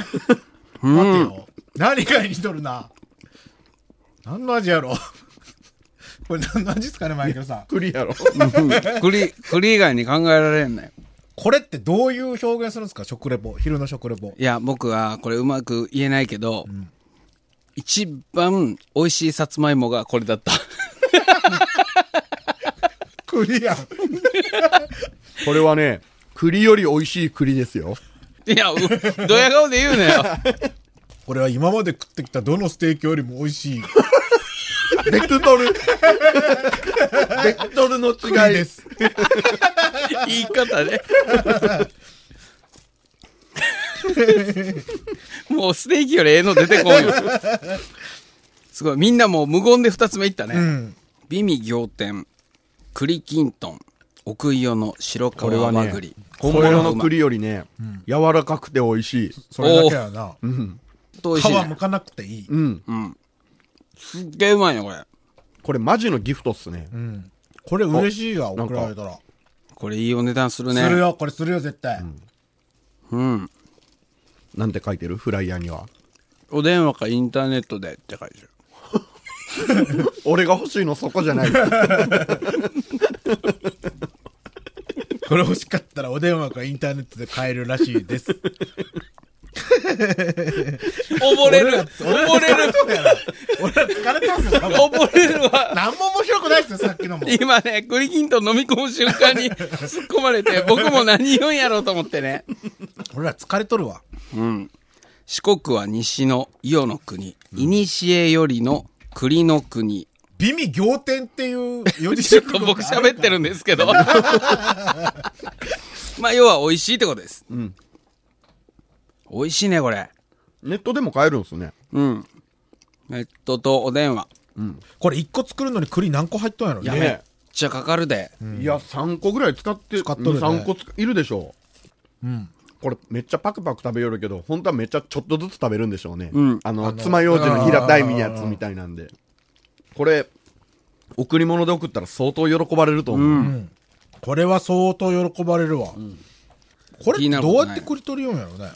B: 待てよ。何かに似とるな。何の味やろ これ何の味ですかね、マイケルさん。
C: 栗やろ。
D: 栗、栗以外に考えられんね
B: これってどういう表現するんですか食レポ。昼の食レポ。
D: いや、僕はこれうまく言えないけど、一番美味しいさつまいもがこれだった。
B: 栗やん。
C: これはね、栗より美味しい栗ですよ。
D: いや、うドヤ顔で言うなよ。
B: これは今まで食ってきたどのステーキよりも美味しい
C: ベクトル。ベクトルの
B: 栗
C: 違
B: で
C: いです。
B: す。
D: 言い方で。もうステーキよりええの出てこんよ。すごい。みんなもう無言で二つ目いったね。
B: うん。
D: 美味仰天、栗きんとん、奥伊予の白
C: これ
D: 川
C: は
D: 和
C: ね
D: 栗。、
C: 本物の栗よりね、柔らかくて美味しい。
B: それだけやな。
D: 美味
B: 皮
D: しいね
B: 剥かなくていい。
C: うん。
D: すっげえうまいよ、これ。
C: これマジのギフトっすね。
B: これ嬉しいわ、
C: なん
B: 送
C: から
B: れたら。
D: これいいお値段するね。
B: するよ、これするよ、絶対。
D: うん。
C: なんて書いてるフライヤーには。
D: お電話かインターネットでって書いてる。
C: 俺が欲しいのそこじゃない。
B: これ欲しかったらお電話かインターネットで買えるらしいです。
D: 溺れる溺れる
B: 俺ら疲れてますよ、多分
D: 溺れるわ
B: 何も面白くないですよ、さっきのも。
D: 今ね、栗きんとん飲み込む瞬間に 突っ込まれて、僕も何言うんやろうと思ってね。
B: 俺ら疲れとるわ。
D: 四国は西の伊予の国、古よりの栗の国。
B: 美味仰天っていう四字
D: ちょっ
B: 熟
D: と
B: 語が
D: 僕喋ってるんですけ ど。まあ、要は美味しいってことです。
C: ん
D: 美味しいね、これ。
C: ネットでも買えるんすね。
D: うん。ネットとお電話。
B: これ一個作るのに栗何個入っとんやろ
D: いや、
B: ね。
D: めっちゃかかるで。
C: いや、3個ぐらい使って、
B: 使っとるね
C: 3個使いるでしょう。これめっちゃパクパク食べよるけど、本当はめっちゃちょっとずつ食べるんでしょうね。
D: うん
C: あ
B: あ
C: の、
B: の
C: 爪楊枝の平たいみや
B: あ
C: つ
B: ー
C: みたいなんで。これ、贈り物で送ったら相当喜ばれると思う。
B: これは相当喜ばれるわ。こ
D: 気
B: れ
D: になるこ
B: ど
D: と
B: う
D: な
B: や
D: い
B: ってくり取りようんやろね。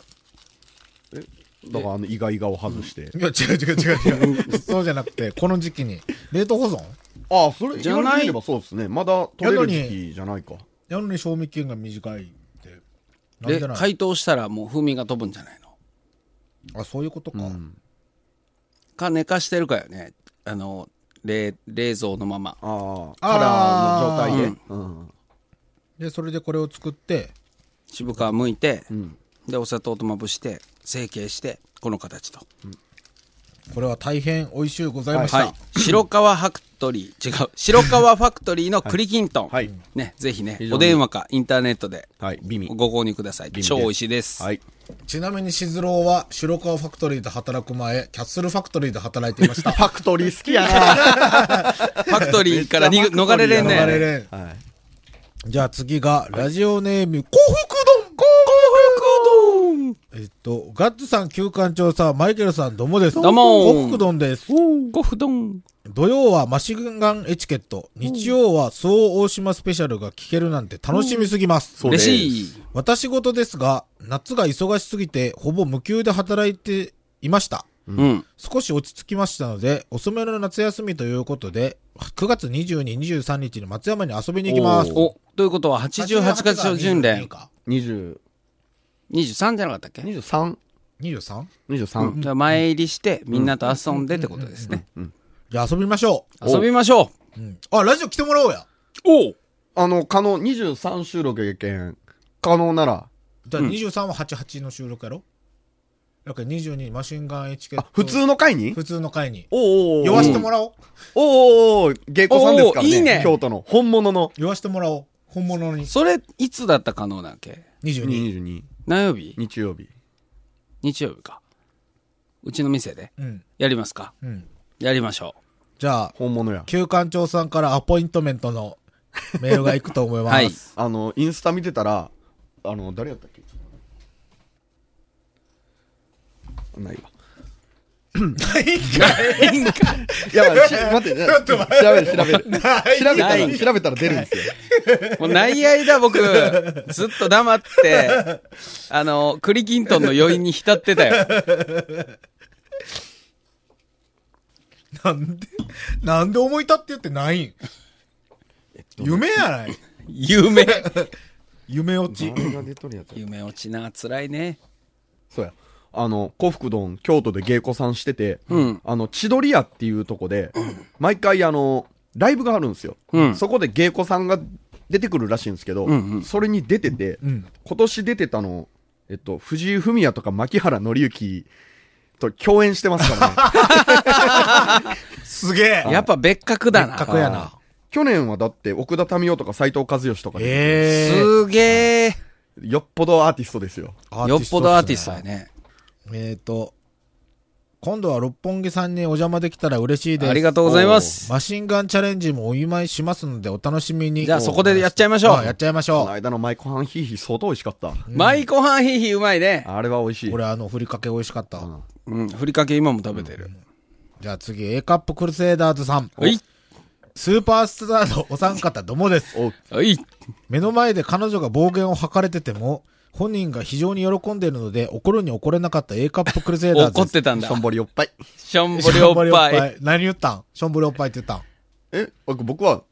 C: だからあの、イガイガを外し
B: い
C: て。
B: や、違う違う違う違 う。そうじゃなくて、この時期に。冷凍保存
C: ああ、それ、
D: じ
C: じ
D: ゃ
C: ゃ
D: ない
C: ないればそうですね。まだ取れる
B: やのに
C: 時期じゃないか。
B: やのに賞味期限が短いって。なん
D: で
B: でない
D: 解凍したらもう風味が飛ぶんじゃないの
B: あ、そういうことか。
D: か寝かしてるかよねあの冷冷蔵のまま
C: ああ、カ
B: あー
C: ラーの状態で。うん。
B: で、それでこれを作って、
D: 渋皮剥いて、
C: ん
D: でお砂糖とまぶして成形してこの形と
B: これは大変美味しゅうございました。
D: はい、白川ファクトリー、違う、白川ファクトリーの栗きんとん、
C: はいはい
D: ね、ぜひね
C: 非、常に
D: お電話かインターネットで
C: はい、美味。
D: ご購入くださ
C: 美
D: い。
C: 味です
D: 超美味しいです。
C: はい。
B: ちなみにしずろうは白川ファクトリーで働く前、キャッスルファクトリーで働いていまし
C: フ
B: た。
C: ァクトリー好きやな。
D: ファクトリーからに
C: めっちゃフ
D: 逃
C: ァクト
D: れ
C: リー
D: れん
B: 流れ
D: ね。
B: れん
C: はい。
B: じゃあ次が、ラジオネーム、幸福丼えっと、ガッツさん、旧館長さん、マイケルさん、どうもです。
D: どうも
B: 幸福丼です。
D: ご不丼。
B: 土曜はマシンガンエチケット、日曜は総大島スペシャルが聞けるなんて楽しみすぎます。
C: そうで
D: 嬉
C: す
D: しい。
B: 私事ですが、夏が忙しすぎて、ほぼ無給で働いていました。
D: うん。
B: 少し落ち着きましたので、遅めの夏休みということで、9月22、23日に松山に遊びに行きます。
D: お、ということは88月初巡礼、
C: 20
D: 23じゃなかったっけ、
C: 23
B: 23?
C: 23
D: じゃあ前入りして、みんなと遊んでってことですね。
B: じゃあ遊びましょ
C: うん
D: 遊びましょ
B: う。うんあ、ラジオ来てもらおうや。
D: う。おう
C: あの、可能、23収録やけん、可能なら、
B: じゃあ23は88の収録やろだから22マシンガンエチケッ
C: あ
B: ト。、
C: 普通の回に
B: 普通の回に。
C: おうおうおう
B: 酔わしてもらおう。
C: おーおーおー芸妓さんですから
D: おーいい
C: ね。
D: ね
C: 京都の。本物の。
B: 言わしてもらおう。本物に。
D: それ、いつだった可能なわけ
B: 22。
C: 22。
D: 何曜日
C: 日曜日。
D: 日曜日か。うちの店で。
B: うん。
D: やりますか
B: うん。
D: やりましょう。
B: じゃあ、
C: 本物や。
B: 旧館長さんからアポイントメントのメールが行くと思います。
D: はい。
C: あの、インスタ見てたら、あの、誰やったっけちょっと ないわ。いや、まあし待って、ちょっと調べる、調べる。調べた
D: な
C: ら、
D: い
C: 調べたら出るんですよ。
D: もうない間僕、ずっと黙って、あの、栗きんとんの余韻に浸ってたよ。
B: なんで、なんで思い立って言ってないん、夢やない
D: 有名。
B: 夢落ち。
C: 誰が出とるやつや
D: 夢落ちな、辛いね。
C: そうや。あの、幸福丼、京都で芸妓さんしてて、
D: うん
C: あの、千鳥屋っていうとこで、毎回あの、ライブがあるんですよ。
D: うん
C: そこで芸妓さんが出てくるらしいんですけど、
D: うんうん
C: それに出てて、
B: うん。
C: 今年出てたの、えっと、藤井フミヤとか牧原紀之と共演してま すからね。
B: すげえ
D: やっぱ別格だな。
B: 別格やな。
C: 去年はだって、奥田民生とか斎藤和義とかで、
B: ええ
D: すげえ。
C: よっぽどアーティストですよ。
B: ー。
D: よっぽどアーティストや
B: ね。
D: ね。
B: えっと、今度は六本木さんにお邪魔できたら嬉しいです。
D: ありがとうございます。
B: マシンガンチャレンジもお見舞いしますのでお楽しみに。
D: じゃあそこでやっちゃいましょう
B: あやっちゃいまし
C: こ
B: ょ
C: の間の舞妓はんヒーヒー相当美味しかった。
D: 舞妓飯ヒーヒーうまいね。
C: あれは美味し
B: う。
C: い
B: こ。れあの、ふりかけ美味しかった。
C: ん
D: うん、ふりかけ今も食べてる。
B: じゃあ次、A カップクルセイダーズさん。
D: おい、
B: スーパースターのお三方どもです。
C: お
D: おい。
B: 目の前で彼女が暴言を吐かれてても、本人が非常に喜んでいるので、怒るに怒れなかった A カップクルセイダーズです。
D: 怒ってたんだ
C: しょ。んぼりおっぱい。
D: しょんぼりおっぱい。
B: い。何言ったんしょんぼりおっぱいって言ったん
C: え、僕は、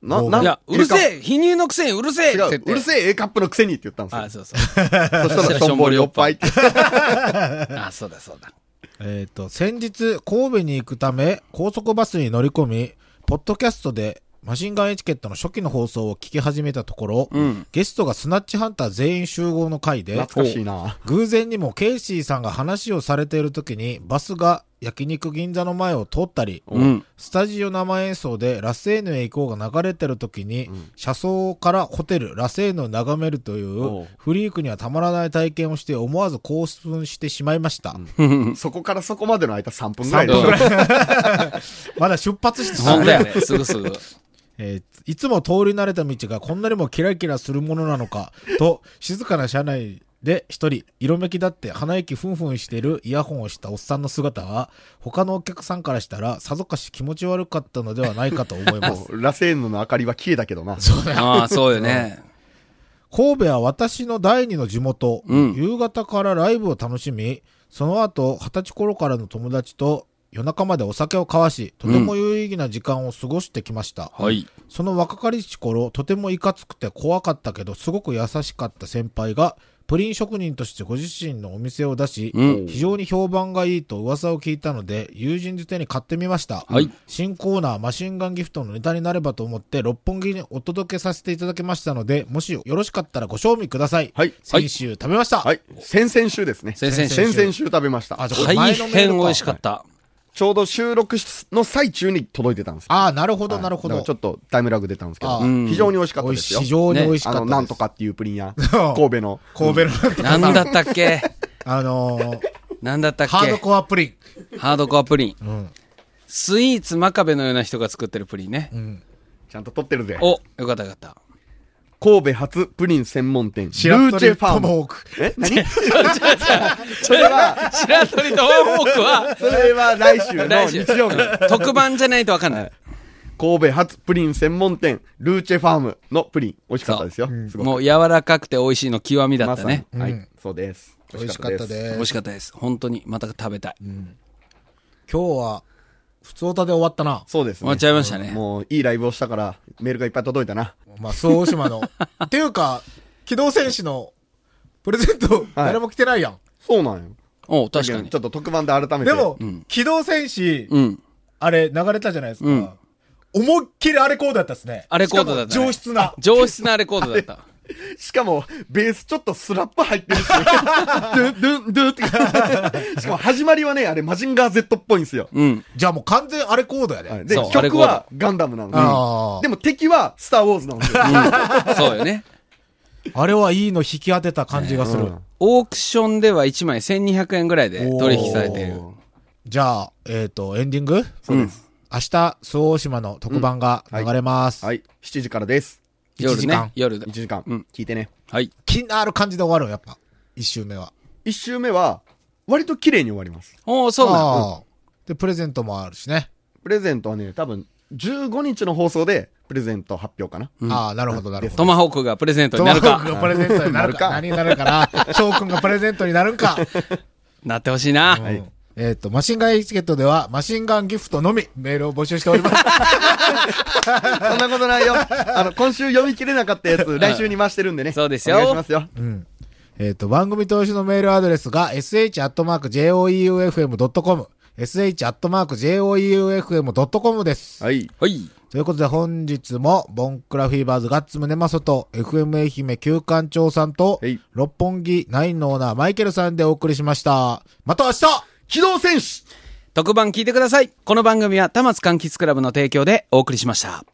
C: な、
B: もう
C: な、
D: いや、うるせえ皮乳のくせにうるせえ
C: え違う、うる
D: え
C: せえ A カップのくせにって言ったんですよ。
D: あ、そうそ
C: そ
D: う。
C: した ら、しょんぼりおっぱいって。
D: あ、そうだそうだ。
B: えっ、と、先日、神戸に行くため、高速バスに乗り込み、ポッドキャストで、マシンガンエチケットの初期の放送を聞き始めたところ、
D: うん。
B: ゲストがスナッチハンター全員集合の回で、
C: 懐かしいな。
B: 偶然にもケイシーさんが話をされている時に、バスが焼肉銀座の前を通ったり、
D: うん。
B: スタジオ生演奏でラセーヌへ行こうが流れてる時に、車窓からホテルラセーヌを眺めるという
C: おう
B: フリークにはたまらない体験をして思わず興奮してしまいました。
C: そこからそこまでの間3分ぐらいで
D: 3分ぐら
B: まだ出発してた
D: 本
B: ね
D: 当やね。すぐすぐ。
B: えーいつも通り慣れた道がこんなにもキラキラするものなのかと、静かな車内で、一人、色めきだって鼻息ふんふんしてるイヤホンをしたおっさんの姿は、他のお客さんからしたら、さぞかし気持ち悪かったのではないかと思いま
C: も
B: す。
C: うラセーヌの明かりは消えたけどな。
D: ああ、そうよね。
B: 神戸は私の第二の地元、
D: うん
B: 夕方からライブを楽しみ、その後、二十歳頃からの友達と夜中までお酒を交わし、とても有意義な時間を過ごしてきました。
D: はい。
B: その若かりし頃、とてもいかつくて怖かったけど、すごく優しかった先輩が、プリン職人としてご自身のお店を出し、
D: うん
B: 非常に評判がいいと噂を聞いたので、友人づてに買ってみました。
D: はい
B: 新コーナー、マシンガンギフトのネタになればと思って、六本木にお届けさせていただきましたので、もしよろしかったらご賞味ください。
C: はい
B: 先週食べました。
C: はい。先々週ですね。
D: 先々週
C: 先々週食べました
B: あ、。じゃあこれ
D: 大
B: 前のメールか
D: 変美味しかった。
C: ちょうど収録の最中に届いてたんですよ。
B: あーなるほど、なるほ
C: だ
B: ど。
C: からちょっとタイムラグ出たんですけ
B: あ
C: ど、
B: ー
C: 非常に美味しかった
B: 美
C: で
B: 味し
C: す
B: い
C: よ。
B: 非常に美味しかった
C: あ
B: で
C: の、
B: す。
C: なんとかっていうプリン屋。
B: そう
C: 神戸の。
B: 神戸のなん とか
D: な
B: さ
D: んだったっけ
B: あのー、
D: なんだったっけ
B: ハードコアプリン。
D: ハードコアプリン。
B: うん。
D: スイーツ真壁のような人が作ってるプリンね。
C: ちゃんと撮ってるぜ。
D: お、よかったよかった。
C: 神戸初プリン専門店、ル
B: 白
C: ーチ
B: 鳥
C: ェファー
B: ト
C: ム。
B: モーク。
C: え何 それは、
D: 白鳥とホークは、
C: それは来週の
D: 来週
C: 日曜日。
D: 特番じゃないとわかんない。
C: 神戸発プリン専門店、ルーチェファームのプリン。美味しかったですよ。すごく
D: もう柔らかくて美味しいの極みだったね。
C: まさにはい。そうです。
B: 美味しかったで
D: 美味
B: す。
D: しかったです。本当に、また食べたい。
B: 今日は、普通歌で終わったな。
C: そうですね。
D: 終わっちゃいましたね。
C: もういいライブをしたから、メールがいっぱい届いたな。
B: まあ、そう大島の。っていうか、機動戦士のプレゼント、誰も来てないやん。
C: そうなんよ。
D: お確かに
C: ちょ。っと特番で改め
B: で
C: て。
B: も、
D: ん
B: 機動戦士、
D: うん。
B: あれ流れたじゃないですか。
D: うん
B: 思いっきりあれコードだったっすね。
D: あれコードだったね
B: しかも上質な。
D: 上質なレコードだった。
C: しかも、ベースちょっとスラップ入ってるし、ドゥン、ドゥン、ドゥンって感じ。しかも始まりはね、あれマジンガー Z っぽいんですよ。
D: うん。
B: じゃあもう完全あれコードやで。
C: はいで、
D: そうあれ
C: 曲はガンダムなんです
B: あ
C: よ
B: ー。
C: でも敵はスターウォーズなんですよ。
D: そうよね。
B: あれはいいの引き当てた感じがする。
C: うん
D: オークションでは1枚1200円ぐらいで取引されている。
B: じゃあ、えっ、と、エンディング
C: そうです。
B: 明日、総大島の特番が流れます。
C: はい。7時からです。
B: 1
D: 夜
B: 時
D: ね
B: 間。
D: 夜だ
C: 1。時間
D: うん。
C: 聞いてね。
D: はい。
B: 気になる感じで終わるんやっぱ。一周目は。
C: 1周目は、割と綺麗に終わります。
D: おーそうなん。
B: あーで、プレゼントもあるしね。
C: プレゼントはね、多分、15日の放送で、プレゼント発表 かな。
B: ああ、なるほど、なるほ
D: ト
B: ど。
D: マホークがプレゼント
B: ト
D: にな
B: マホ
D: る
B: ーク
D: か。
B: がプレゼントになるか。
C: な
B: 何になるか な。翔くんがプレゼントになるん か。
D: なってほしいな。
B: うんえっ、と、マシンガンエチケットでは、マシンガンギフトのみメールを募集してお ります。
C: そんなことないよ。あの、今週読み切れなかったやつ、来週に回してるんでね。
D: そうですよ
C: お願いしますよ。
B: えっと、番組投資のメールアドレスが、sh.joeufm.com、sh.joeufm.com です。
C: はい。
D: はい。
B: ということで、本日も、ボンクラフィーバーズガッツムネマソと、FM 愛媛旧館長さんと
C: はい、
B: 六本木ナインのオーナーマイケルさんでお送りしました。また明日
C: 機動戦士
D: 特番聞いてください。この番組は、多摩津柑橘クラブの提供でお送りしました。